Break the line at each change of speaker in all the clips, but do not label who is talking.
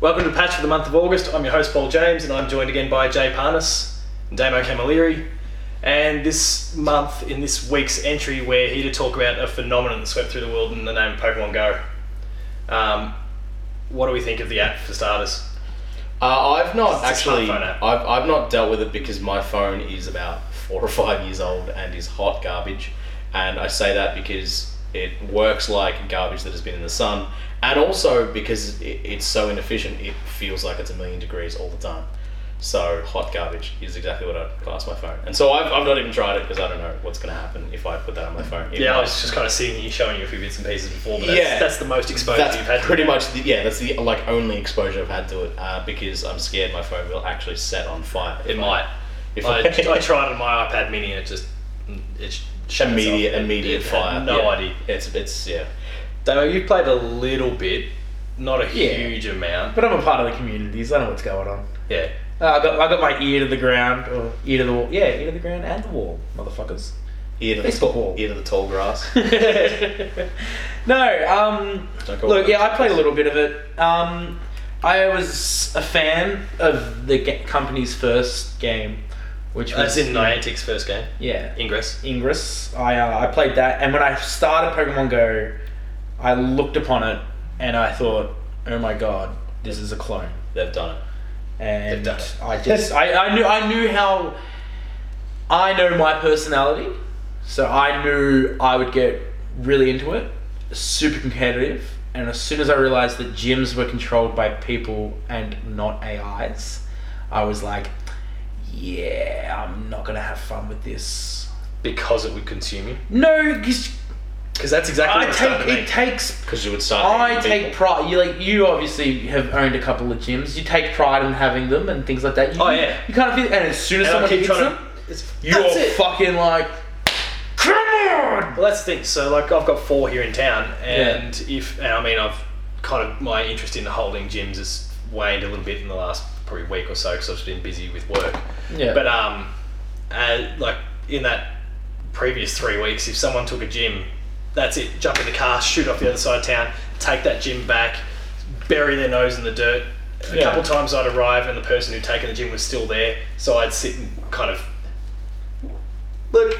Welcome to Patch for the month of August. I'm your host Paul James, and I'm joined again by Jay Parnas and Damo Camilleri. And this month, in this week's entry, we're here to talk about a phenomenon that swept through the world in the name of Pokemon Go. Um, what do we think of the app for starters?
Uh, I've not
It's a
actually.
smartphone app.
I've, I've not dealt with it because my phone is about four or five years old and is hot garbage, and I say that because it works like garbage that has been in the sun, and also because it, it's so inefficient. It feels like it's a million degrees all the time. So hot garbage is exactly what I'd class my phone. And so I've, I've not even tried it because I don't know what's going to happen if I put that on my phone. It
Yeah, I
might-
was just kind of seeing you, showing you a few bits and pieces before, but that's,
Yeah.
that's the most exposure
that's
you've had. to
pretty
it.
much the, yeah that's the like only exposure i've had to it uh, because i'm scared my phone will actually set on fire
It
if I-
might.
if
I,
i,
I tried it on my iPad Mini, and it just it sh- shut
immediate
itself.
immediate
It had
fire
No
yeah.
idea.
it's it's yeah
Damo, you played a little bit, not a
Yeah.
huge amount.
But I'm a part of the community, so I know what's going on.
Yeah.
Uh, I got I got my ear to the ground or ear to the wall. Yeah, ear to the ground and the wall, motherfuckers.
ear to the,
Baseball
tall,
ball.
ear to the tall grass
no, um,
Don't go
look,
over
yeah,
the
I played a little bit of it. Um, I was a fan of the ga- company's first game, which was
That's in Niantic's first game.
Yeah,
Ingress.
Ingress. I uh, I played that, and when I started Pokemon Go, I looked upon it and I thought, oh my god, this is a clone.
they've done it
and
They've done it.
I just I, I knew I knew how I know my personality, so I knew I would get really into it, super competitive, and as soon as I realized that gyms were controlled by people and not AIs, I was like, yeah, I'm not gonna have fun with this.
Because it would consume you.
No, 'cause
Because that's exactly
I
what it's done
take
to me.
it takes
because you would start
I
hitting
take
people.
pride. You like you obviously have owned a couple of gyms. You take pride in having them and things like that. You,
Oh, yeah.
You kind of feel, and as soon as
and I
someone
keep
hits
trying
them,
to. It's,
you're
that's it.
fucking like, come on.
Well, that's the thing. So, like, I've got four here in town, and if, and I mean, I've kind of my interest in holding gyms has waned a little bit in the last probably week or so because I've just been busy with work.
Yeah.
But um, uh, like in that previous three weeks, if someone took a gym, that's it. Jump in the car, shoot off the other side of town, take that gym back, bury their nose in the dirt. A
Yeah.
couple times I'd arrive and the person who'd taken the gym was still there, so I'd sit and kind of look.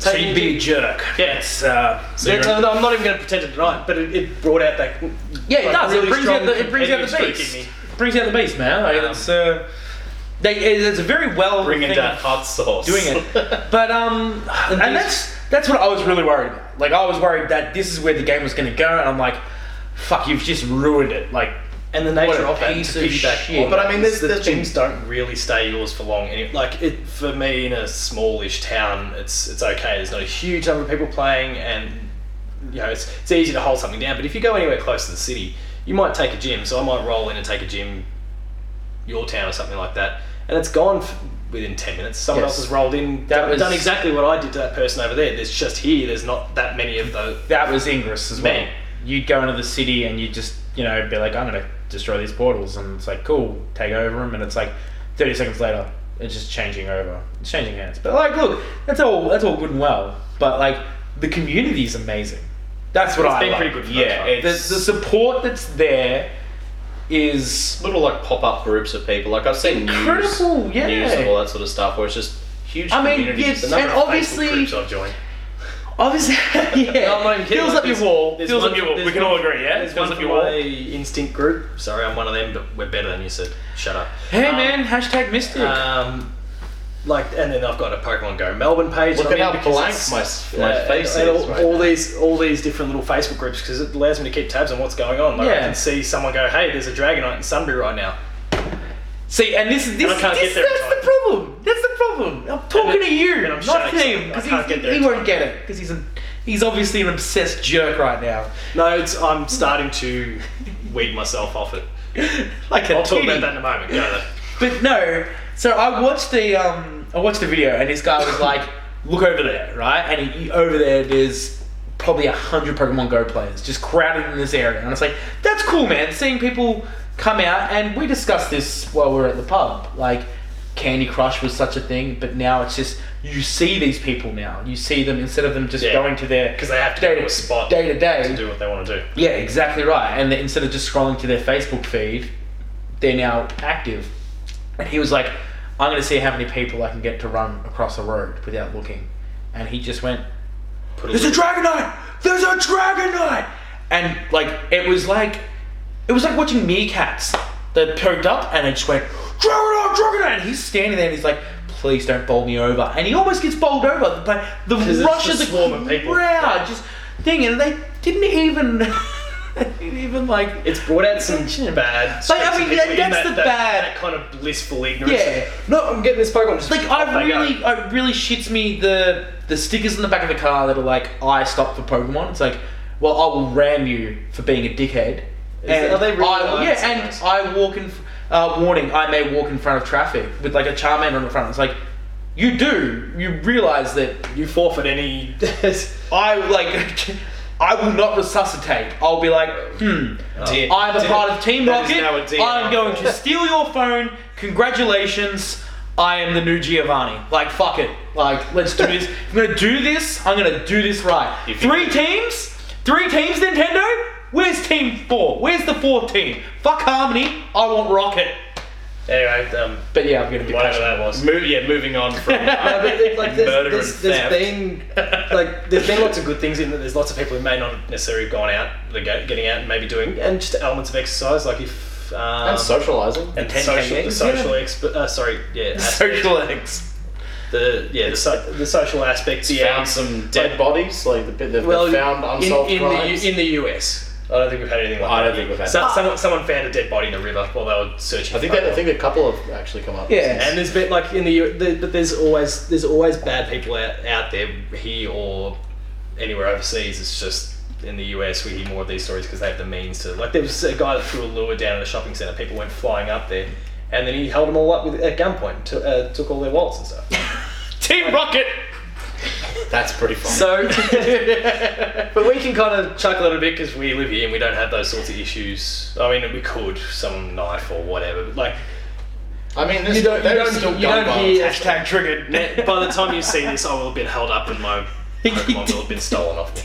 so you'd be a jerk.
Yeah.
It's, uh,
So
you're-
no, no, I'm not even going to pretend to deny it, but it, it brought out that.
yeah, it
like,
does.
really
it brings
strong
out the it brings out the
competitive
beast.
streak in me.
brings out the beast, man. Like,
Um,
it's, uh, they, it- it's a very well
bringing
thing.
that hot sauce
doing it. But um, and that's that's what I was really worried. About. Like I was worried that this is where the game was going to go, and I'm like, fuck, you've just ruined it. Like,
And the nature
What a
of that,
piece
to
of
piggyback
shit.
on, but I mean, there's, the
there's been-
gyms don't really stay yours for long. Any, like it for me in a smallish town, it's it's okay. There's not a huge number of people playing, and you know it's it's easy to hold something down. But if you go anywhere close to the city, you might take a gym. So I might roll in and take a gym, your town or something like that, and it's gone. F- Within ten minutes, someone
Yes.
else has rolled in.
That
done-
was-
done exactly what I did to that person over there. There's just here. There's not that many of those.
that was Ingress as well.
Man.
You'd go into the city and you just you know be like, I'm going to destroy these portals, and it's like, cool, take over them, and it's like, 30 seconds later, it's just changing over, it's changing hands. But like, look, that's all that's all good and well, but like the community is amazing. That's what
It's
I
been
like.
pretty good for
yeah
that
The, the
it's
support that's there is
little like pop-up groups of people like i've seen news,
Incredible, yeah.
news and all that sort of stuff where it's just huge
I mean,
communities.
yes,
The number
and
of Facebook
obviously-
groups
I've joined.
Obviously, yeah.
No, I'm not even kidding.
Fills
Like,
up your
there's-
wall.
there's
Fills
one-
up your wall.
there's
We can
one-
all agree, yeah.
There's
It fills
one
up
from
your
my
wall.
instinct group. Sorry, I'm one of them, but we're better than you, so shut up.
Hey
Um,
man, hashtag Mystic.
Um, like, and then I've got a Pokemon Go Melbourne page.
Look
that I'm
at
in
how
because
blank
it's-
my s- my
uh,
face
and
is
All,
right
all
now.
these, all these different little Facebook groups because it allows me to keep tabs on what's going on. Like, I
Yeah.
can see someone go, "Hey, there's a Dragonite in Sunbury right now."
See, and this, this,
I can't get
this
there in
that's
time.
the problem. That's the problem. I'm talking to you,
and I'm
not
shouting
him,
something. I
because
can't get there
he
in
won't
time.
get it. Because he's a, he's obviously an obsessed jerk right now.
No, it's I'm starting to weed myself off it.
Like a
I'll talk
titty.
about that in a moment. Go though.
But no, so I watched the um, I watched the video, and this guy was like, "Look over there, right?" And he, over there, there's probably a hundred Pokemon Go players just crowded in this area, and it's like, that's cool, man. Seeing people come out, and we discussed this while we were at the pub, like. Candy Crush was such a thing, but now it's just you see these people now. You see them instead of them just
Yeah.
going to their
Because they have to go
day
to a spot
day to day.
to do what they want to do.
Yeah, exactly right. And instead of just scrolling to their Facebook feed, they're now active. And he was like, I'm going to see how many people I can get to run across a road without looking. And he just went,
Put
There's a
little-
Dragonite! There's a Dragonite! And like, it was like, it was like watching meerkats. They perked up and they just went, Dragonite, Dragonite! And he's standing there and he's like, Please don't bowl me over. And he almost gets bowled over by the
'Cause it's
rush
the
of the
swarm of people.
crowd, just thing. And they didn't even, they didn't even like,
It's brought out some
Attention.
bad.
Like, I
scripts
mean,
of people
that-
in
that's
that,
the
that,
bad-
That kind of blissful ignorance.
yeah.
No, I'm getting this Pokemon. Just
Like
off
I
they go.
really, I really shits me the the stickers in the back of the car that are like, I stopped for Pokemon. It's like, well, I will ram you for being a dickhead.
Is that- are they really
I,
like
yeah, and
those?
I walk in. Uh, warning: I may walk in front of traffic with like a Charmander on the front. It's like, you do. You realize that
You forfeit any.
I like, I will not resuscitate. I'll be like, hmm.
Dear-
I'm a
dear-
part of Team
that is
Rocket.
now a dear-
I'm going to steal your phone. Congratulations. I am the new Giovanni. Like, fuck it. Like, let's do this. If I'm gonna do this, I'm gonna do this right.
If you-
three teams? Three teams, Nintendo? Where's team four? Where's the fourth team? Fuck Harmony. I want Rocket.
anyway, um,
But yeah, I'm gonna be
whatever
passionate.
that was.
Mo- yeah, moving on from. uh,
No, but it- like
Murder
there's, there's,
and
there's
theft.
been like there's been lots of good things in that. There's lots of people who may not necessarily have gone out, like, get- getting out and maybe doing and just elements of exercise, like if um,
and socializing.
and
10K
social, the
games,
social
yeah.
exp- uh, sorry, yeah, aspect,
Social eggs.
the yeah, the, so- the um, social aspect, yeah,
Found some dead bodies, like the bit that they
well,
found unsolved
in, in
crimes.
The, in the US. I don't think we've had anything like
I
that.
don't think we've had
So,
that.
someone, someone found a dead body in a river while they were searching.
I think
for
that, I
it.
think a couple have actually come up.
Yeah.
And there's been like in the, U- the but there's always there's always bad people out, out there here or anywhere overseas. It's just in the US we hear more of these stories because they have the means to. Like there was a guy that threw a lure down at a shopping center. People went flying up there, and then he held them all up with at gunpoint. To, uh, took all their wallets and stuff.
Team Rocket.
That's pretty fun.
So, but we can kind of chuckle it a bit because we live here and we don't have those sorts of issues. I mean, we could some knife or whatever, but like.
I mean, this,
You don't, you
there is
don't,
still
you
gun
don't
violence.
hear hashtag triggered. By the time you see this, I will have been held up and my Pokemon will have been stolen off me.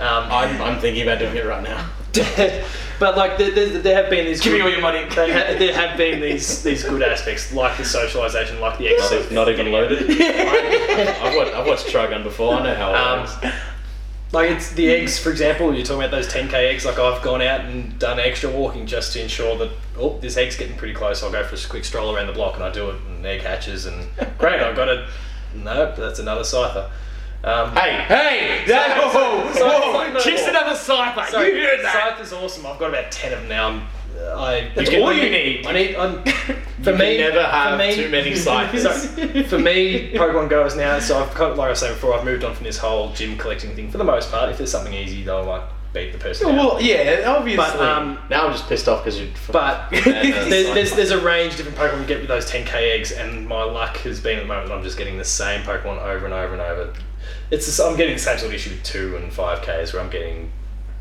Um,
I'm, I'm thinking about doing it right now.
but like there, there, there have been these.
Give me
good-
all your money.
There ha- there have been these these good aspects, like the socialization, like the exercise. getting out.
I've watched, I've watched Trigun before. I know how it
Um,
works.
like it's the eggs, for example. You're talking about those 10k eggs. Like I've gone out and done extra walking just to ensure that oh, this egg's getting pretty close. I'll go for a quick stroll around the block, and I do it. And the egg hatches, and great, I got it. No, that's another cipher. Um,
Hey,
Hey, that,
So- so-
whoa,
so-
whoa,
so-
just another cipher.
So,
you heard that?
Scythe is awesome. I've got about ten of them now. I'm, I,
That's
can-
all you need.
I need. I'm, for
you
me,
can never have
for me,
too many ciphers.
Sorry. for me, Pokemon Go is now. So I've kind of, like I said before, I've moved on from this whole gym collecting thing for the most part. If there's something easy, they'll like beat the person. out.
Well, yeah, obviously.
but um,
now I'm just pissed off because you.
but
that's
there's,
fine.
there's there's a range of different Pokemon you get with those 10k eggs, and my luck has been at the moment I'm just getting the same Pokemon over and over and over. It's just, I'm getting the same sort of issue with two and five Ks where I'm getting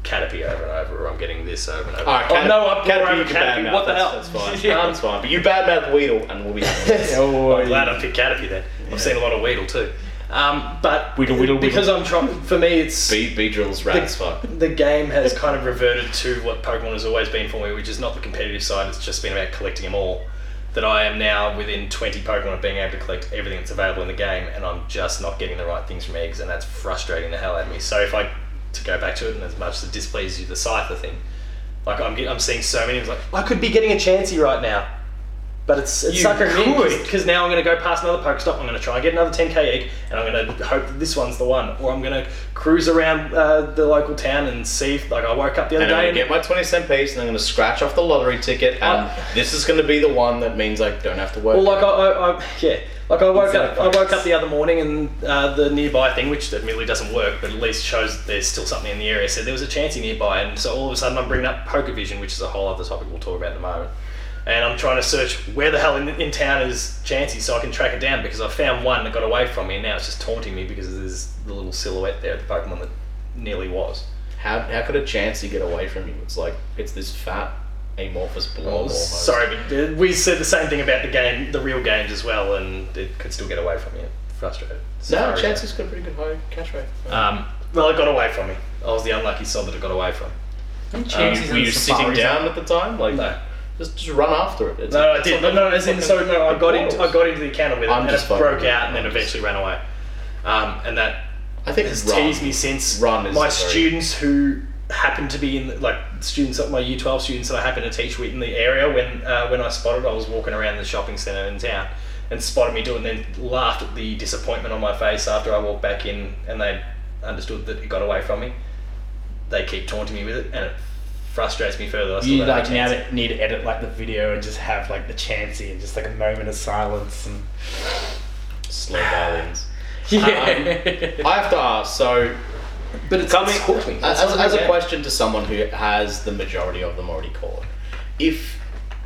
Caterpie over and over, or I'm getting this over and over.
Alright,
oh, no, I'm
Caterpie,
Caterpie,
you
over
can
Caterpee.
badmouth,
What the
that's-
hell? Um,
That's fine.
Yeah.
that's fine. But you badmouth Weedle, and we'll be.
oh,
I'm glad I picked Caterpie then. I've seen a lot of Weedle too. Um, but
Weedle, Weedle, Weedle.
because I'm trying, for me, it's
B B drills rat as fuck.
the game has kind of reverted to what Pokemon has always been for me, which is not the competitive side. It's just been about collecting them all. That I am now within 20 Pokemon of being able to collect everything that's available in the game, and I'm just not getting the right things from eggs, and that's frustrating the hell out of me. So if I to go back to it, and as much as it displeases you, the Scyther thing, like I'm, get- I'm seeing so many, it's like I could be getting a Chansey right now, but it's it's
You
sucker
could.
because now I'm going to go past another Pokestop. I'm going to try and get another 10k egg, and I'm going to hope that this one's the one. Or I'm going to cruise around uh, the local town and see. If, like I woke up the other
And I'm
day
gonna
and
get my twenty cent piece, and I'm gonna scratch off the lottery ticket, and
Uh,
this is gonna be the one that means I don't have to work.
well, like I, I, I yeah, like I woke up. I
Exactly.
woke up the other morning and uh, the nearby thing, which admittedly doesn't work, but at least shows that there's still something in the area. So there was a Chansey nearby, and so all of a sudden I'm bringing up Poker Vision, which is a whole other topic we'll talk about in a moment. And I'm trying to search where the hell in, in town is Chansey so I can track it down because I found one that got away from me and now it's just taunting me because there's the little silhouette there of the Pokemon that nearly was.
how how could a Chansey get away from you? It's like it's this fat amorphous blob.
Well,
almost.
sorry, but uh, we said the same thing about the game, the real games as well, and it could still get away from you. From- frustrated.
No,
Sorry.
Chancey's got a pretty good high catch rate.
Um, well, it got away from me. I was the unlucky sod that it got away from.
Um,
Chances
were you sitting down at the time? Like,
No.
just, just run after it. It's-
No, I
it's
did. No,
like a
no, as in,
fucking-
so no, I
it
got into I
boils.
got into the counter with it,
I'm
and
just
it
fucking
broke
with
out,
you.
and then
I'm just-
eventually ran away. Um, and that
I think
has
run.
teased me since.
Run is
my
a very-
students who happen to be in the- like students, my Year Twelve students that I happen to teach with in the area when uh, when I spotted, I was walking around the shopping centre in town and spotted me doing, then laughed at the disappointment on my face after I walked back in, and they understood that it got away from me. They keep taunting me with it, and it frustrates me further. I still
You
don't have
like
a
now
chance.
that need to edit like the video and just have like the chancy and just like a moment of silence and
Slow violins.
Yeah.
I have to ask. So,
but it's, it's hooked me.
as,
It's hooked me
as a
down.
question to someone who has the majority of them already called, if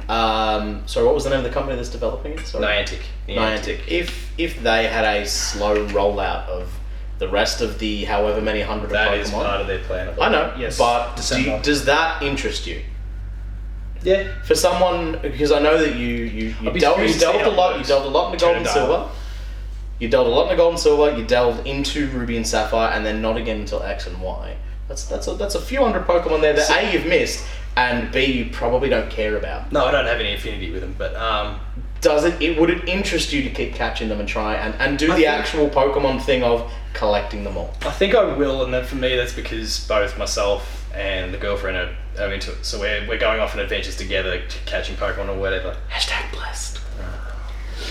um, sorry, what was the name of the company that's developing it? Sorry.
Niantic.
Niantic. If if they had a slow rollout of the rest of the however many hundred
That
of
is
Pokemon,
part of their plan.
I know,
Yes.
but do you-
December.
does that interest you?
yeah,
For someone, because I know that you you, you
I'd be
delved,
curious
you
to see
delved
how
a
it
lot. You
works.
delved a lot into gold and
Turn it
silver. You delved a lot into gold and silver. You delved into ruby and sapphire, and then not again until X and Y. That's that's a, that's a few hundred Pokemon there that A you've missed, and B you probably don't care about.
no, I don't have any affinity with them, but um,
does it, it would it interest you to keep catching them and try and, and do
I
the
think-
actual Pokemon thing of collecting them all?
I think I will, and that for me, that's because both myself and the girlfriend are, are into it. So we're, we're going off on adventures together, c- catching Pokemon or whatever.
hashtag blessed.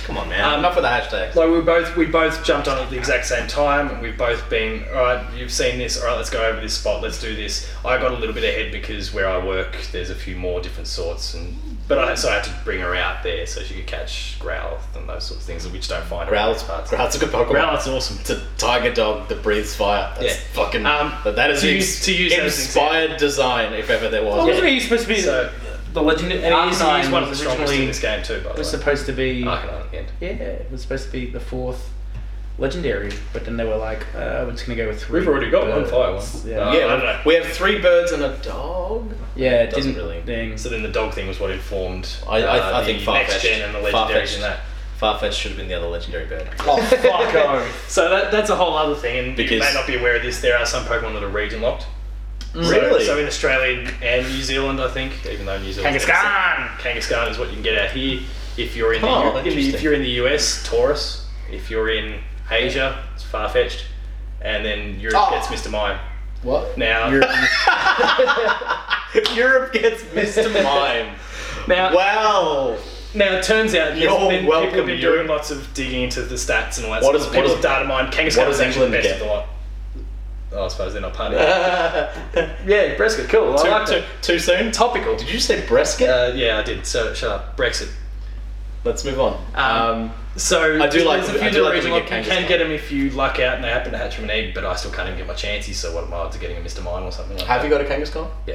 Come on, man.
Um,
Enough with Uh, the hashtags.
Like we both we both jumped on at the exact same time, and we've both been all right. You've seen this, all right. Let's go over this spot. Let's do this. I got a little bit ahead because where I work, there's a few more different sorts, and but I so I had to bring her out there so she could catch Growlith and those sorts of things, which don't find around
Growlith's,
these parts.
Growlith's a good Pokemon.
Growlithe's awesome.
It's a tiger dog that breathes fire. That's
Yeah.
fucking.
Um,
but that is
to
the
use-
ex-
to use that as an
inspired design, if ever there
Well,
was.
wasn't he supposed to be
So-
the legend?
And he is, he
Arcanine
is one of the
was
strongest in
originally-
this game too, by the
was
way.
supposed to be.
Arcanine at the end.
Yeah, it was supposed to be the fourth legendary, but then they were like, uh, we're just gonna go with three.
We've already got one
birds.
fire one.
Yeah,
Uh,
yeah,
I don't know.
we have three birds and a dog.
yeah, it
doesn't
didn't
really-
really. Thing.
So then the dog thing was what informed
I, I,
uh,
I think
the next
Farfetch'd.
gen and the legendaries and
Farfetch'd-
that.
Farfetch'd should have been the other legendary bird.
Oh fuck oh.
So that, that's a whole other thing, and you
Because-
may not be aware of this. There are some Pokemon that are region locked. So-
Really?
So, in Australia and New Zealand, I think, even though New Zealand
Kangaskhan!
Kangaskhan is what you can get out here. If you're in, the,
Oh,
U- in the if
interesting.
you're in the US, Taurus. If you're in Asia, it's Farfetch'd, and then Europe
Oh.
gets Mr. Mime.
What?
Now,
Europe gets Mr. Mime.
now,
Wow.
Now it turns out yes,
You're
then
welcome,
people have been
Europe.
doing lots of digging into the stats and all that. stuff.
What does-
people
what
have
does-
data mined?
what
Kangaskhan
does
is actually the best
England get?
of the lot. Oh, I suppose they're not part of it.
too,
yeah, Brexit, cool. I like
too,
that.
too soon?
Topical.
Did you say brisket?
Uh, yeah, I did. So shut up. Brexit.
Let's move on.
Um, So
I do like
there's
that we-
a few
I do like that we
original.
get
you can
Kangaskhan.
get them if you luck out and they happen to hatch from an egg, but I still can't even get my chances. So what am I odds of getting a Mr. Mine or something like
have you got a Kangaskhan?
that? Yeah.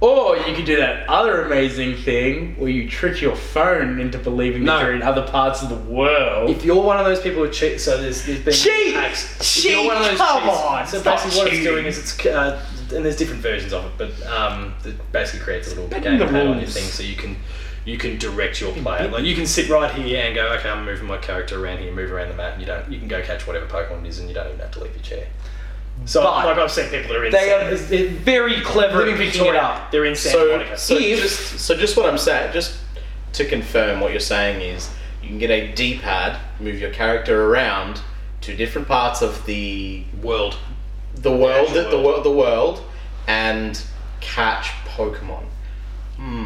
Or you could do that other amazing thing where you trick your phone into believing
No.
that you're in other parts of the world.
If you're one of those people who cheat, so there's, there's been
Cheat!
hacks. If
Cheat!
You're one of those
Come
cheats-
on,
So
stop
basically, what it's
cheating.
doing is it's uh, and there's different versions of it, but um, it basically creates a little
Bending
game
the
on your
rules.
thing, so you can you can direct your player. Like you can sit right here and go, okay, I'm moving my character around here, move around the map, and you don't. You can go catch whatever Pokemon it is, and you don't even have to leave your chair. So
But
like I've seen people that are in.
they
San-
are they're very clever
they're in
at picking it
Victoria,
up.
They're in San
So,
Monica.
so
If-
just so just what I'm saying, just to confirm what you're saying is you can get a D-pad, move your character around to different parts of the
world.
the world,
actual
the, the
world.
world, the world, and catch Pokemon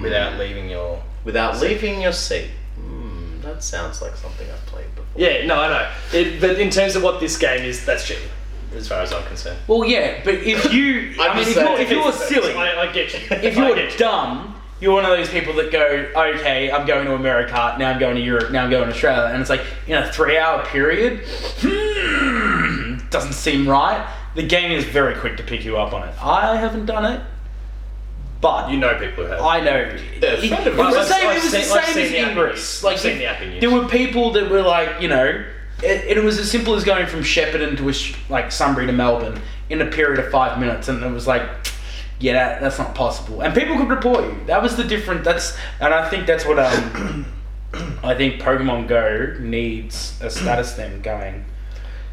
Without leaving your
without leaving your seat. Hmm, that sounds like something I've played before.
yeah, no, I know. It, but in terms of what this game is, that's cheating, as far as I'm concerned.
Well, yeah, but if you, I
I'm
mean,
just
if you're,
saying,
if you're silly,
I, I get you.
if
I
you're
get you.
dumb, you're one of those people that go, okay, I'm going to America, now I'm going to Europe, now I'm going to Australia. And it's like, in a three hour period, hmm, doesn't seem right. The game is very quick to pick you up on it. I haven't done it, but
You know people who have.
I know. It,
friend of
it was the
ours.
same,
I've
it was the
seen- I've
same
seen
as
the app
Ingress.
used.
Like,
I've seen the app used.
there were people that were like, you know, it, it was as simple as going from Shepparton to Wish, like Sunbury to Melbourne in a period of five minutes, and it was like, yeah, that, that's not possible. And people could report you. That was the different. That's and I think that's what um, I think Pokemon Go needs a status thing going.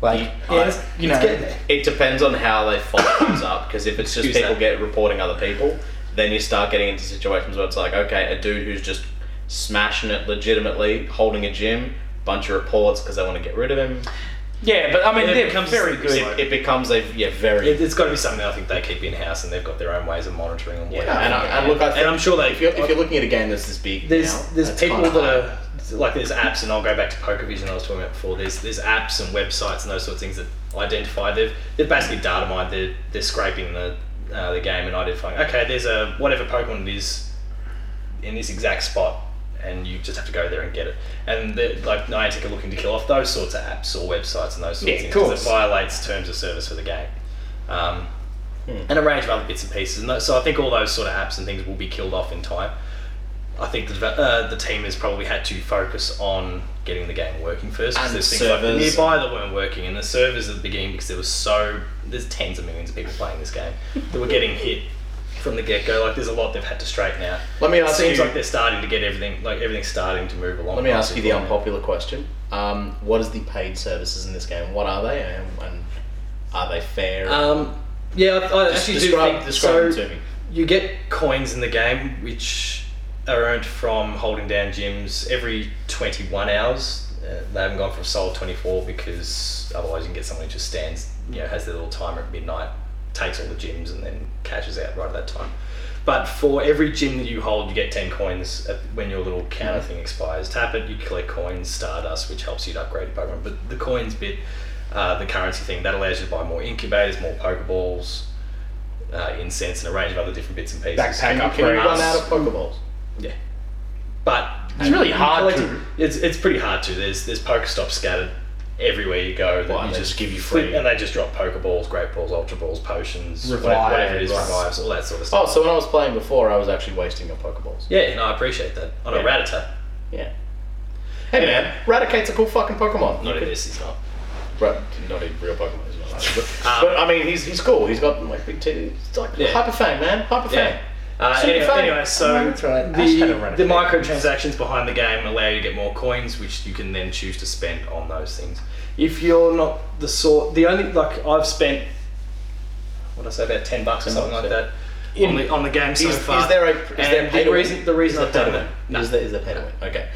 Like,
I-
it's-
you
it's
know.
getting there.
It depends on how they follow things up because if it's just
Excuse
people
that.
get reporting other people, then you start getting into situations where it's like, okay, a dude who's just smashing it legitimately, holding a gym, bunch of reports because they want to get rid of him.
Yeah, but I mean,
It
they're
becomes-
very good.
it's-
It becomes a yeah very
It, it's got to be something I think they keep in house, and they've got their own ways of monitoring and
yeah.
whatever.
And, I, and look, I think
and I'm sure they.
if you're, if you're looking at a game that's this big,
there's
now,
there's
that's
people
kinda
that
hard.
are like there's apps, and I'll go back to PokerVision I was talking about before. There's there's apps and websites and those sort of things that identify. They've they're basically data mined. They're they're scraping the uh, the game and identifying. Okay, there's a whatever Pokemon it is in this exact spot, and you just have to go there and get it. And they're- like Niantic are looking to kill off those sorts of apps or websites and those sorts
Yeah,
of
of
things because
course.
it violates terms of service for the game. Um, and a range of other bits and pieces. And tho- so I think all those sort of apps and things will be killed off in time. I think the, deve- uh, the team has probably had to focus on getting the game working first. 'cause
And
there's things like
servers.
nearby that weren't working, and the servers at the beginning because there was so there's tens of millions of people playing this game that were getting hit from the get go. Like there's a lot they've had to straighten out.
Let me
It
ask
seems
you-
like they're starting to get everything like everything's starting to move along.
Let me ask you the
nicely for them.
unpopular question: um, What is the paid services in this game? What are they, and, and are they fair?
Um, yeah, I, I
Just
actually
describe-
do think
describe
so
them to me.
You get coins in the game which are earned from holding down gyms every 21 hours. Uh, they haven't gone for a solid 24 because otherwise you can get someone who just stands, you know, has their little timer at midnight, takes all the gyms, and then cashes out right at that time. But for every gym that you hold, you get 10 coins at, when your little
Mm.
counter thing expires. Tap it, you collect coins, Stardust, which helps you to upgrade your Pokemon. But the coins bit, uh, the currency thing, that allows you to buy more incubators, more Pokeballs, uh, incense, and a range of other different bits and pieces.
Backpack
can you, can you
upgrades.
run out of Pokeballs?
Yeah. But
It's really hard to-
It's it's pretty hard to. There's there's Pokestops scattered everywhere you go. That
Why,
you
they
just
just give you
flip
free-
and they just drop Pokeballs, Great Balls, Ultra Balls, potions, whatever-
Revives.
whatever it is, revives, all that sort of stuff.
Oh, so when I was playing before, I was actually wasting your Pokeballs.
Yeah, no, I appreciate that. On a
Yeah.
Rattata,
Yeah. Hey man, Raticate's a cool fucking Pokemon.
not in this, he's not.
Ra- not a real Pokemon. He's not Rattata, but, but, I mean, he's he's cool. He's got like big teeth. He's like
Um, Yeah.
hyper fan, man. Hyper
Yeah.
fan.
Uh,
Super
anyway,
fan.
anyway, so
that's right. Ash had a run
the,
at
the
it.
microtransactions behind the game allow you to get more coins, which you can then choose to spend on those things. If you're not the sort, the only like I've spent, what did I say, about ten bucks or
10
something
bucks,
like
yeah.
that on the on the game so
is, is
far.
there a is there a
and
pay
the
to
reason
win?
the reason
Is
I've
there
done
pay to
that?
win?
No.
Is there is there pay to win? Okay.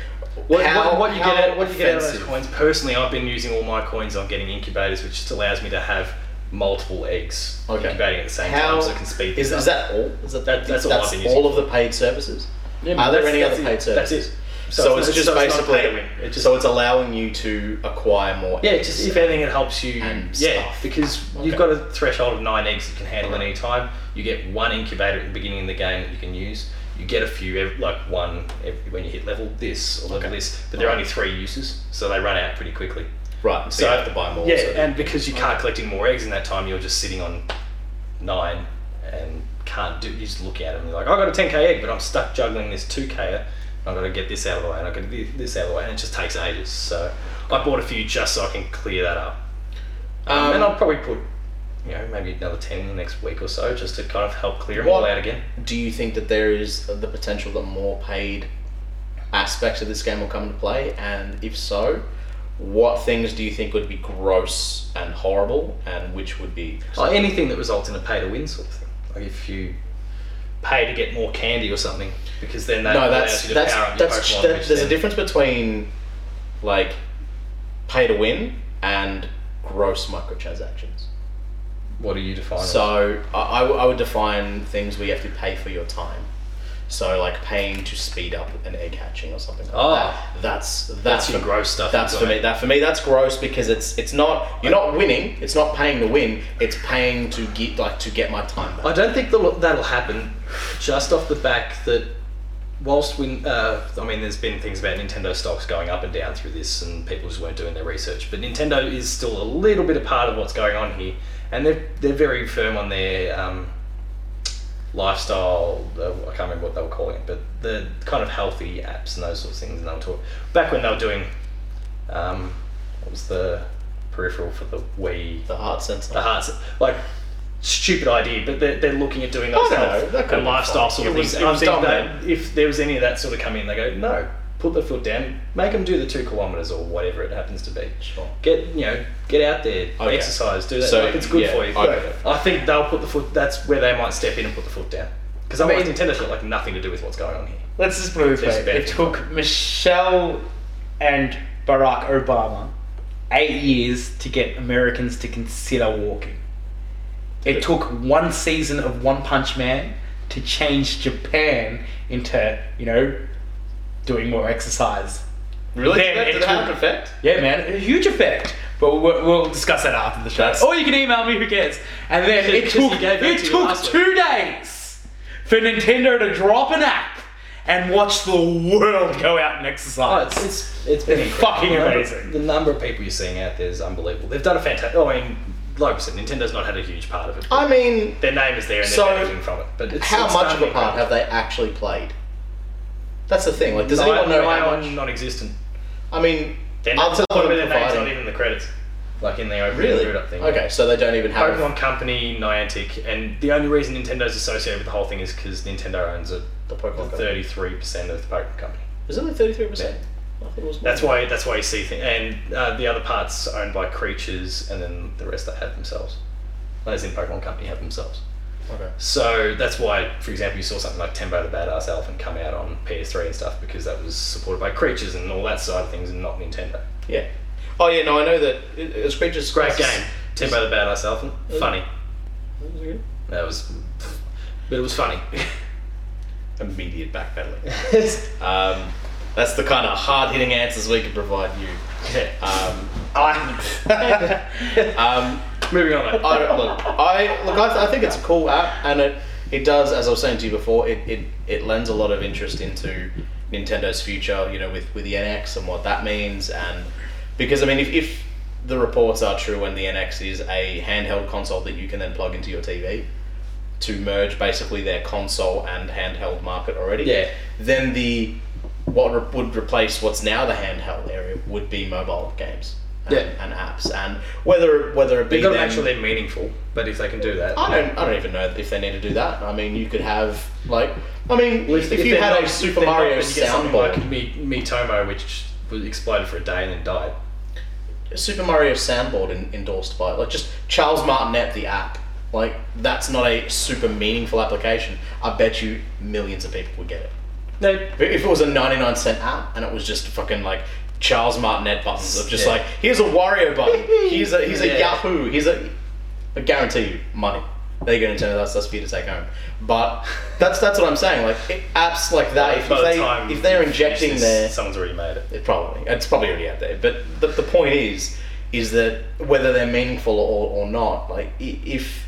What, what, what you get
how
out, what you get out of those
offensive?
coins? Personally, I've been using all my coins on getting incubators, which just allows me to have multiple eggs
Okay.
incubating at the same
How
time, so I can speed
is,
things
is
up.
that all? Is that,
That- that's all I've been
all of the paid services? Are there
that's-
any
that's
other
it.
paid
That's
services?
it.
So, it's,
not-
just
so it's not
basically
pay to win. It just-
so it's allowing you to acquire more.
Yeah,
eggs.
just if anything, it helps you.
And
yeah,
stuff.
because
Okay.
you've got a threshold of nine eggs you can handle at any time. You get one incubator at the beginning of the game that you can use. You get a few, ev- like one every, when you hit level this or level
Okay.
this, but there are only three uses, so they run out pretty quickly.
right, so, you have to buy more.
Yeah,
so-
and because you can't collect any more eggs in that time, you're just sitting on nine and can't do. You just look at it and you're like, I got a 10k egg, but I'm stuck juggling this 2k. I've got to get this out of the way, and I've got to get this out of the way, and it just takes ages. So I bought a few just so I can clear that up. Um, and I'll probably put, you know, maybe another 10 in the next week or so just to kind of help clear them all
What-
out again.
do you think that there is the potential that more paid aspects of this game will come into play? And if so, what things do you think would be gross and horrible, and which would be?
Like anything that results in a pay to win sort of thing. Like if you pay to get more candy or something, because then that
no,
allows
that's
you to
that's
power up your
that's
Pokemon.
that,
which
there's a
then-
difference between like pay to win and gross microtransactions.
What do you define? as-
So I, I w- I would define things where you have to pay for your time. So like paying to speed up an egg hatching or something like
Oh.
that. That's that's,
That's your
for-
gross stuff,
That's
isn't
for me.
it?
That for me that's gross because it's it's not you're not winning. It's not paying to win. It's paying to get like to get my time back.
I don't think that'll, that'll happen just off the back that whilst we, uh, I mean, there's been things about Nintendo stocks going up and down through this and people just weren't doing their research, but Nintendo is still a little bit a part of what's going on here and they're, they're very firm on their um, lifestyle, uh, I can't remember what they were calling it, but the kind of healthy apps and those sorts of things and they'll talk, back when they were doing, um, what was the peripheral for the Wii?
The heart sensor.
the hearts. Uh-huh. Like, stupid idea, but they're, they're looking at doing
I
those
don't know,
health
that could've
and
been
lifestyle
fun.
sort of
It was-
things.
it
I
was
think
dumb,
that if there was any of that sort of come in, they go, no, put the foot down, make them do the two kilometers or whatever it happens to be.
Sure.
Get you know, get out there,
Okay.
exercise, do that.
So,
like, it's good
yeah,
for you.
okay.
I think they'll put the foot. That's where they might step in and put the foot down. Because otherwise,
mean-
Nintendo's got like nothing to do with what's going on here.
Let's just put it
This
this
is
way:
bad.
it took Michelle and Barack Obama eight years to get Americans to consider walking. It took one season of One Punch Man to change Japan into, you know, doing more exercise.
Really?
Then
Did that,
it
did that have
took-
an effect?
Yeah, man, a huge effect. But we'll, we'll discuss that after the show.
That's-
or you can email me, who cares? And then it
Because you
took,
gave that
it
to you
took
last
two days for Nintendo to drop an app and watch the world go out and
Oh,
exercise.
it's it's it's been
It's
incredible.
fucking
The number-
amazing.
The number of people you're seeing out there is unbelievable. They've done a fantastic. I mean, like I said, Nintendo's not had a huge part of it. but
I mean,
their name is there and
So,
they're benefiting from it. But it's,
how
it's
much of
done
a part have they actually played? That's the thing. Like, does
incredible.
anyone know how
Nine-
much?
Non-existent.
I mean,
They're not,
I'll tell them
probably their name's not
providing.
even in the credits, like in the opening
Really?
boot up thing.
Okay, so they don't even have.
Pokemon Company, Niantic, and the only reason Nintendo's associated with the whole thing is because Nintendo owns it.
The Pokemon Company.
Thirty-three percent of the Pokemon Company.
Is it only thirty-three percent? I thought it was. more.
That's why. That's why you see things, and uh, the other parts owned by creatures, and then the rest they have themselves. Those in Pokemon Company have themselves.
Okay.
So that's why, for example, you saw something like Tembo the Badass Elephant come out on PS3 and stuff because that was supported by creatures and all that side of things, and not Nintendo.
Yeah. Oh yeah, no, I know that. It, it's creatures.
Great game, Tembo the Badass Elephant. Funny.
game.
That was, but it was funny.
Immediate backpedaling. Um, that's the kind of hard-hitting answers we can provide you.
uh,
Um, um,
Moving on. Though.
I don't, look, I look. I, th- I think it's a cool app, and it it does, as I was saying to you before, it, it, it lends a lot of interest into Nintendo's future. You know, with with the NX and what that means, and because I mean, if, if the reports are true, and the NX is a handheld console that you can then plug into your TV to merge basically their console and handheld market already,
Yeah.
then the what re- would replace what's now the handheld area would be mobile games. And,
Yeah.
and apps and whether whether it be
They've got to
them-
make sure they're meaningful, but if they can do that,
I don't. I don't even know if they need to do that. I mean, you could have like. I mean, if, you
they're
had
not-
a
if
Super
they're not,
Mario
then you get something
soundboard,
like Mi- Miitomo, which was exploded for a day and then died.
a Super Mario soundboard in, endorsed by like just Charles Martinet the app. Like that's not a super meaningful application. I bet you millions of people would get it.
No,
If- If it was a ninety-nine cent app and it was just fucking like Charles Martinet buttons of just
Yeah.
like here's a Wario button, here's a here's a
Yeah.
Yahoo, here's a. I guarantee you money. They're going to turn that's that's for you to take home. But that's that's what I'm saying. Like it, apps like that, if,
by
if
the
they
time
if they're
you've
injecting
used this,
their
someone's already made it.
it probably it's probably already out there. But the, the point is, is that whether they're meaningful or, or not, like i- if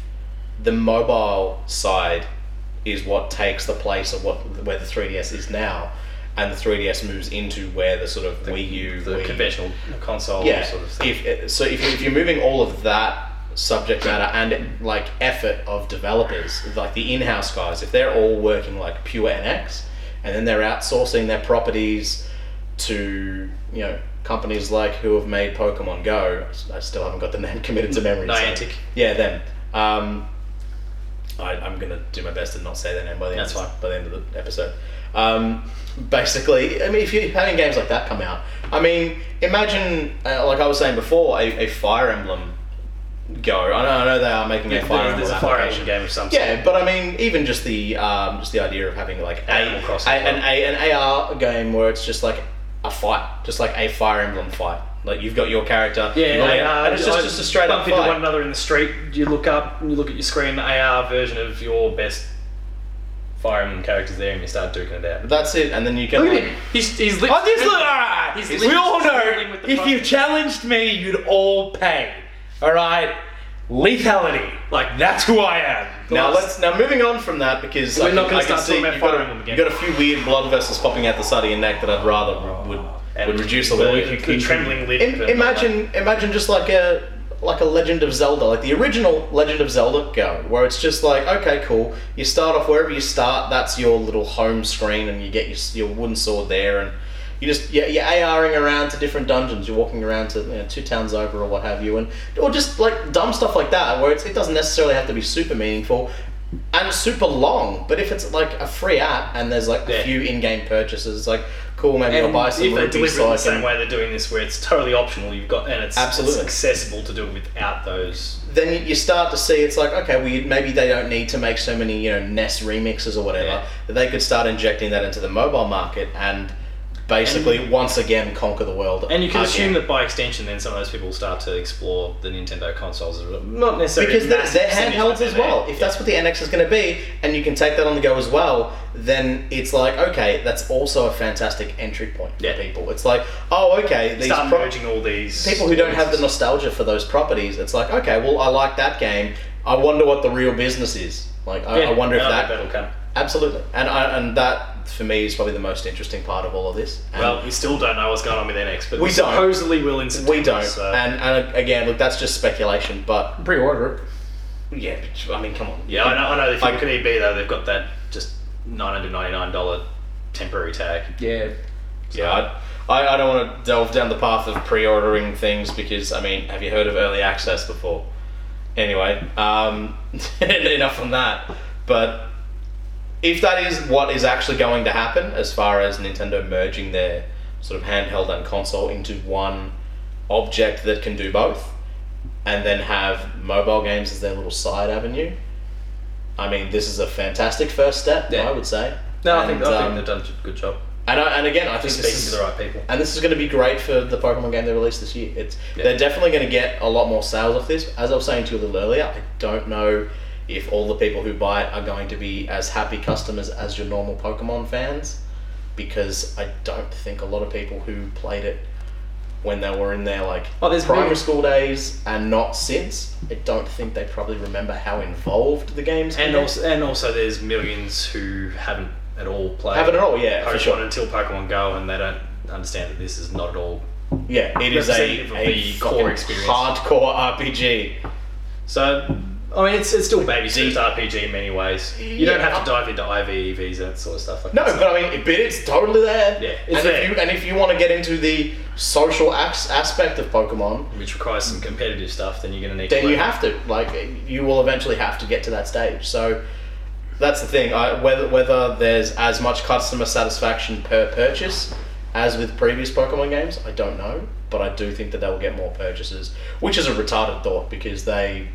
the mobile side is what takes the place of what where the 3ds is now, and the 3ds moves into where the sort of Wii U,
The
Wii,
conventional console
yeah.
sort of thing.
If, uh, so if, if you're moving all of that subject matter and like effort of developers, like the in-house guys, if they're all working like pure NX, and then they're outsourcing their properties to you know companies like who have made Pokemon Go. I still haven't got the name committed to memory. so-
Niantic.
yeah, them. Um, I, I'm gonna do my best to not say their name by the
That's
end.
fine.
By the end of the episode. Um, basically, I mean, if you're having games like that come out, I mean, imagine uh, like I was saying before, a, a Fire Emblem Go. I know, I know they are making
Yeah,
a Fire
there-
Emblem
there's a fire
application.
engine game of some sort.
Yeah, but I mean, even just the um, just the idea of having like a,
Animal Crossing
a-
as well.
an, a, an AR game where it's just like a fight, just like a Fire Emblem fight. Like you've got your character,
Yeah,
you've got your-
AR,
and it's just,
I
just a straight up
bump into
fight.
one another in the street. You look up, and you look at your screen, AR version of your best Fire Emblem characters there, and you start duking it out.
That's it, and then you can.
Look at
like-
him.
He's, he's lit-
Oh, this look, all right.
He's
we
literally
all
struggling
know
with the
if
problem.
you challenged me, you'd all pay. All right, lethality.
Like-
that's who I am.
Now
Last-
let's now moving on from that because
We're
I can,
not gonna
I can
start
see
talking about
you've
Fire
got,
Emblem
a,
again.
you've got a few weird blood vessels popping out the side of your neck that I'd rather would
And
would reduce a little.
the, the trembling lid.
Im-
for-
imagine imagine just like a like a Legend of Zelda, like the original Legend of Zelda go, where it's just like, okay, cool. You start off wherever you start. That's your little home screen, and you get your, s- your wooden sword there, and you just you're, you're ARing around to different dungeons. You're walking around to you know, two towns over or what have you, and or just like dumb stuff like that, where it's, it doesn't necessarily have to be super meaningful. And super long, but if it's like a free app and there's like
Yeah.
a few in-game purchases, like cool, maybe I'll
And
buy some
if they
rupees
deliver it
so I
the same
can-
way they're doing this, where it's totally optional, you've got and it's, it's
Absolutely.
accessible to do it without those.
then you- you start to see it's like okay well you, maybe they don't need to make so many you know NES remixes or whatever
Yeah.
that they could start injecting that into the mobile market and basically once again conquer the world
And you can
again.
assume that by extension, then some of those people start to explore the Nintendo consoles, as well. not necessarily
because they're,
massive
they're
percentage, but
handhelds as
they're there.
well if that's what the NX is going to be and you can take that on the go as well then it's like okay that's also a fantastic entry point
Yeah.
for people it's like oh okay these
start
pro-
merging all these
people who don't have the nostalgia for those properties, it's like, okay, well, I like that game. I wonder what the real business is. Like, I, I wonder if that.
that'll come.
Absolutely, and I, and that for me is probably the most interesting part of all of this. And
Well, we still don't know what's going on with NX, but
We
we
don't.
supposedly will in September.
we don't,
so-
and and again, look, that's just speculation. But
Pre-order it.
yeah, but, I mean, come on.
yeah, I know. I know. If you
I-
look at eBay E though, they've got that just nine hundred ninety nine dollar temporary tag.
Yeah.
Yeah, I, I, I don't want to delve down the path of pre-ordering things because I mean, have you heard of early access before? Anyway, um, enough on that. But if that is what is actually going to happen, as far as Nintendo merging their sort of handheld and console into one object that can do both, and then have mobile games as their little side avenue. I mean, this is a fantastic first step.
Yeah.
I would say.
No, I think,
And,
I think
um,
they've done a good job.
and, I, and again, I think
Just
this
speaking
is
to the right people.
and this is going to be great for the Pokemon game they released this year. It's they're definitely going to get a lot more sales off this. As I was saying to you a little earlier, I don't know if all the people who buy it are going to be as happy customers as your normal Pokemon fans, because I don't think a lot of people who played it when they were in their like
Oh, there's
primary
been-
school days and not since, I don't think they probably remember how involved the games
And
were.
also, and also, there's millions who haven't at all played.
haven't at all. Yeah,
Pokemon
for sure.
until Pokemon Go, and they don't understand that this is not at all.
Yeah, it is a,
Representative of
a
the core
core
experience.
hardcore RPG.
So, I mean, it's it's still baby steps RPG in many ways. You don't
Yeah.
have to dive into IVEVs and that sort of stuff. Like
No,
that.
but I mean, but it's totally there.
Yeah, it's
and
there.
If you, and if you want to get into the social as- aspect of Pokemon,
which requires some competitive stuff, then you're going to need.
then
to
you have to like you will eventually have to get to that stage. So that's the thing. I, whether whether there's as much customer satisfaction per purchase as with previous Pokemon games, I don't know. But I do think that they will get more purchases, which is a retarded thought because they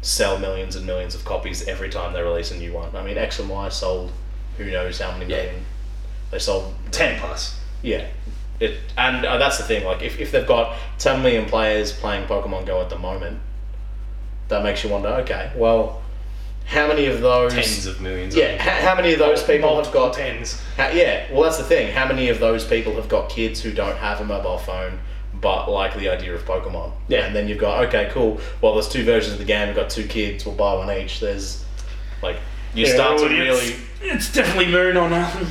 sell millions and millions of copies every time they release a new one. I mean, X and Y sold who knows how many
Yeah.
million. They sold
ten plus.
yeah. It, and uh, that's the thing. Like, if, if they've got 10 million players playing Pokemon Go at the moment, that makes you wonder. Okay, well, how many of those?
tens of millions. I
yeah.
think.
How, how many of those people have
Multiple
got?
tens.
How, yeah. Well, that's the thing. How many of those people have got kids who don't have a mobile phone, but like the idea of Pokemon?
Yeah.
And then you've got okay, cool. Well, there's two versions of the game. We've got two kids. We'll buy one each. There's like you start to really.
It's definitely Moon or
um,
nothing.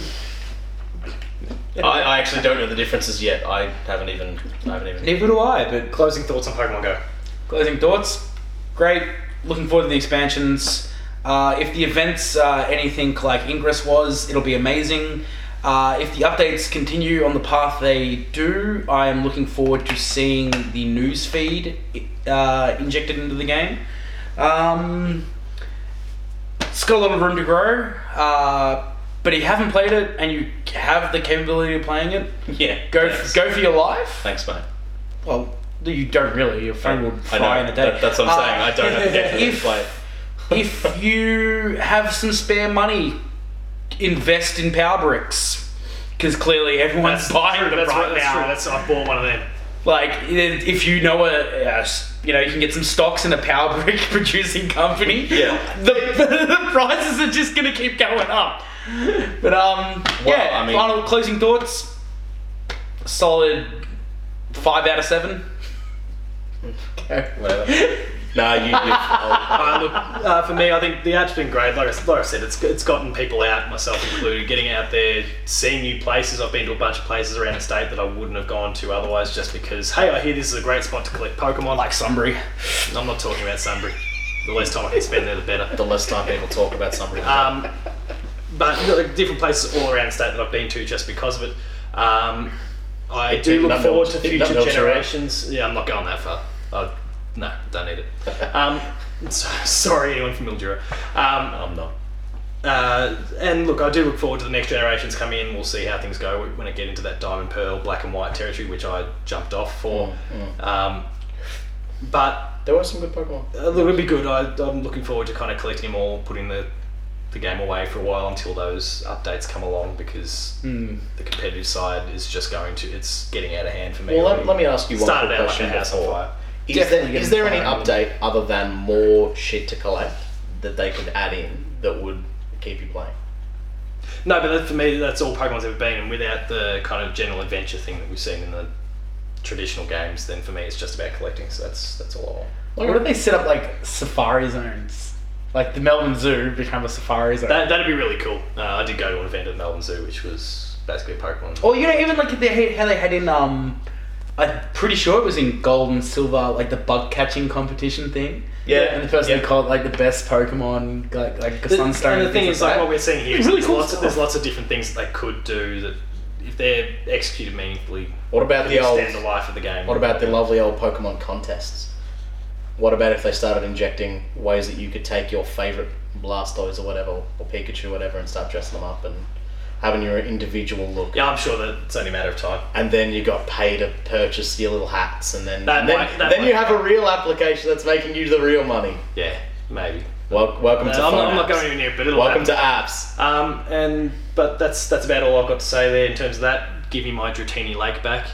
I, I actually don't know the differences yet. I haven't even. I haven't even.
Neither do I, but
Closing thoughts on Pokemon Go.
Closing thoughts. Great. Looking forward to the expansions. Uh, if the events uh, anything like Ingress was, it'll be amazing. Uh, if the updates continue on the path they do, I am looking forward to seeing the news feed uh, injected into the game. Um, it's got a lot of room to grow, uh, but if you haven't played it and you have the capability of playing it,
Yeah.
go
thanks.
go for your life.
Thanks, mate.
Well, you don't really. Your phone will
I
fry
know.
in a day. Ah. Uh,
That, that's what I'm saying. I don't have to get
if,
play.
if you have some spare money, invest in power bricks. Because clearly everyone's buying them
that's
right
what- that's
now.
true. That's I bought one of them.
like, if you know a, a s- you know, you can get some stocks in a power brick producing company.
Yeah.
The, the prices are just gonna keep going up. But um, yeah.
I mean-
final closing thoughts. Solid five out of seven.
Whatever. no, you. you I'll-
Uh, look, uh, for me, I think the art's been great. Like I, s- like I said, it's it's gotten people out, myself included, getting out there, seeing new places. I've been to a bunch of places around the state that I wouldn't have gone to otherwise, just because. Hey, I hear this is a great spot to collect Pokemon.
Like Sunbury.
I'm not talking about Sunbury. The less time I can spend there, the better.
the less time people talk about something.
Um, but you know, like, different places all around the state that I've been to just because of it. Um, I
hit
do look
Nutmills.
forward to
Hit
future
Nutmills, you're right.
generations. Yeah, I'm not going that far. I, no, don't need it. Um, so, sorry, anyone from Mildura. Um,
I'm not.
Uh, and look, I do look forward to the next generations coming in. We'll see how things go when I get into that diamond pearl, black and white territory, which I jumped off for. Um, but
There were some good Pokemon.
uh, look, it'd be good. I, I'm looking forward to kind of collecting them all, putting the the game away for a while until those updates come along because the competitive side is just going to it's getting out of hand for me.
Well, let,
already.
let me ask you one
started
quick
out like
question
a house on
before.
fire.
Is there,
Definitely
is there any
getting fired.
update other than more shit to collect that they could add in that would keep you playing?
No, but that, for me, that's all Pokemon's ever been, and without the kind of general adventure thing that we've seen in the traditional games, then for me, it's just about collecting. So that's that's all I want.
What if they set up like safari zones? Like the Melbourne Zoo become a safari zone.
That that'd be really cool. Uh, I did go to an event at Melbourne Zoo, which was basically Pokemon.
or you know, even like they had, how they had in um, I'm pretty sure it was in gold and silver, like the bug catching competition thing.
Yeah,
and the person
yeah.
who caught like the best Pokemon, like like the,
The-
Sunstone.
And the thing is, like what we're seeing here, is
Really
there's,
cool
lots of,
stuff.
there's lots of different things that they could do that, if they're executed meaningfully,
What about
could
the old?
extend the life of the game.
What about the lovely old Pokemon contests? What about if they started injecting ways that you could take your favorite Blastoise or whatever, or Pikachu, or whatever, and start dressing them up and having your individual look?
Yeah, I'm sure that it's only a matter of time.
And then you got paid to purchase your little hats, and then
That
and then,
might- that
then you
might-
have a real application that's making you the real money.
Yeah, maybe.
Wel- welcome
No,
to
Uh, I'm,
phone
not, I'm not
apps.
going anywhere, but it'll
Welcome
happen.
to apps.
Um, and but that's that's about all I've got to say there in terms of that. Give me my Dratini Lake back,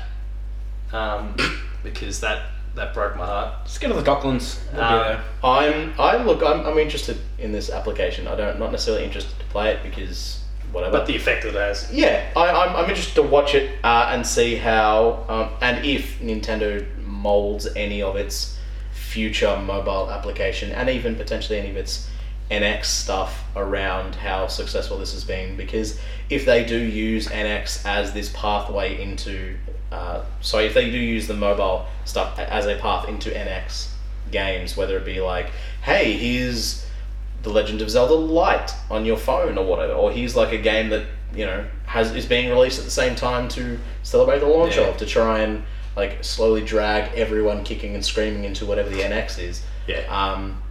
um, because that that broke my heart.
just go to the Docklands. We'll
Um,
be there.
I'm I look I'm, I'm interested in this application. I don't not necessarily interested to play it because whatever.
But the effect that it has.
yeah, I, I'm, I'm interested to watch it uh, and see how um, and if Nintendo molds any of its future mobile application and even potentially any of its NX stuff around how successful this has been. Because if they do use NX as this pathway into, uh, sorry, if they do use the mobile stuff a- as a path into NX games, whether it be like, hey, here's the Legend of Zelda Light on your phone or whatever, or here's like a game that you know has is being released at the same time to celebrate the launch
Yeah.
of to try and like slowly drag everyone kicking and screaming into whatever the NX is.
Yeah.
Um,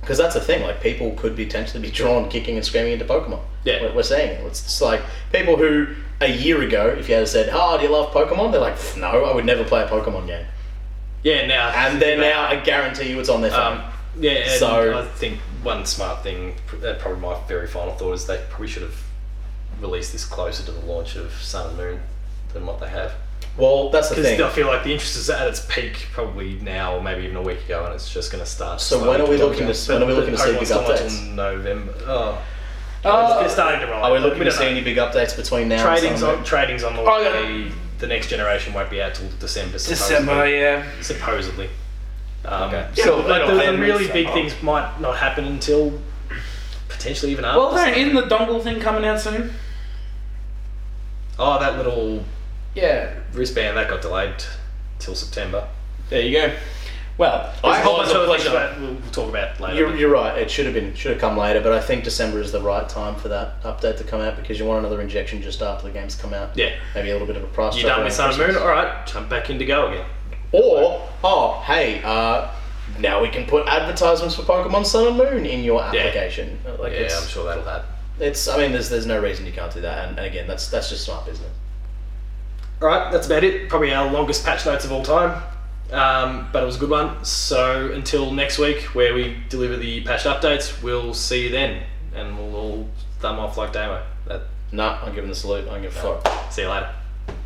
because that's the thing. Like people could potentially be drawn kicking and screaming into Pokemon.
Yeah.
We're, we're seeing it. It's just like people who a year ago, if you had said, "Oh, do you love Pokemon?" They're like, "No, I would never play a Pokemon game."
Yeah, now
And they're now, I guarantee you, it's on their phone.
Um, yeah, and
So-
I think one smart thing, pr- uh, probably my very final thought, is they probably should have released this closer to the launch of Sun and Moon than what they have.
well, that's the
Because
thing.
I feel like the interest is at its peak probably now, or maybe even a week ago, and it's just going to start.
So
slowly
when are we
to-
looking to- when are we
But
looking to see
Pokemon's
big
still not
updates?
till November. Oh.
Uh,
it's starting to roll.
Are we looking to
don't
see
know.
any big updates between now
Trading's
and Sun and
on,
Moon?
trading's on the way.
Oh, yeah.
The next generation won't be out till December.
December,
Supposedly.
yeah.
Supposedly. Um,
Okay.
So
Yeah,
like
but
the,
then
the really
it's-
big things might not happen until potentially even after.
Well, no,
December.
isn't the dongle thing coming out soon?
oh, that little
Yeah.
wristband that got delayed till September.
There you go. Well,
There's a whole
Oh,
bunch
the
of other things
pleasure.
that we'll we'll talk about later.
You're,
but-
you're right. It should have been should have come later, but I think December is the right time for that update to come out because you want another injection just after the games come out.
Yeah.
Maybe a little bit of a price.
You
drop
done
around
with Sun and Moon?
Christmas.
All right, jump back in to go again.
Or oh hey, uh, now we can put advertisements for Pokemon Sun and Moon in your application. Like
Yeah,
it's,
I'm sure that'll happen.
It's I mean there's there's no reason you can't do that, and, and again that's that's just smart business.
All right, that's about it. Probably our longest patch notes of all time, um, but it was a good one. So until next week, where we deliver the patch updates, we'll see you then, and we'll all thumb off like Damo. That,
No, I'm giving the salute. I'm gonna fuck.
see you later.